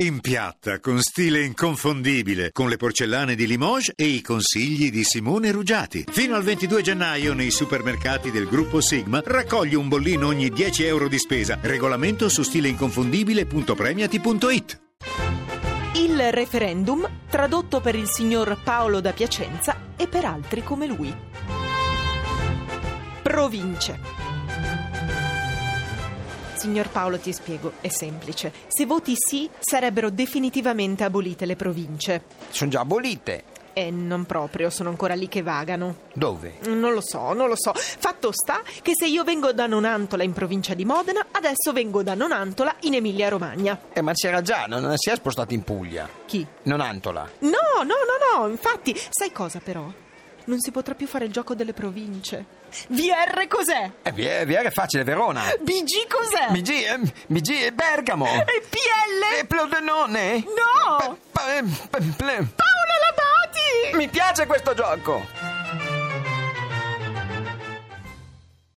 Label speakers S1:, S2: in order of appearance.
S1: In piatta, con stile inconfondibile, con le porcellane di Limoges e i consigli di Simone Rugiati. Fino al 22 gennaio nei supermercati del gruppo Sigma raccogli un bollino ogni 10 euro di spesa. Regolamento su stileinconfondibile.premiati.it.
S2: Il referendum, tradotto per il signor Paolo da Piacenza e per altri come lui. Province. Signor Paolo, ti spiego, è semplice. Se voti sì, sarebbero definitivamente abolite le province.
S3: Sono già abolite.
S2: E non proprio, sono ancora lì che vagano.
S3: Dove?
S2: Non lo so, non lo so. Fatto sta che se io vengo da Nonantola in provincia di Modena, adesso vengo da Nonantola in Emilia-Romagna.
S3: Eh, ma c'era già, non, non si è spostata in Puglia.
S2: Chi?
S3: Non Antola.
S2: No, no, no, no, infatti, sai cosa però? Non si potrà più fare il gioco delle province. VR cos'è?
S3: Eh, Vie- Viera è facile, Verona.
S2: BG cos'è?
S3: MG, eh, MG è Bergamo.
S2: E PL?
S3: E Plodenone.
S2: No!
S3: Pa- pa- eh, pa- ple-
S2: Paolo Labati!
S3: Mi piace questo gioco.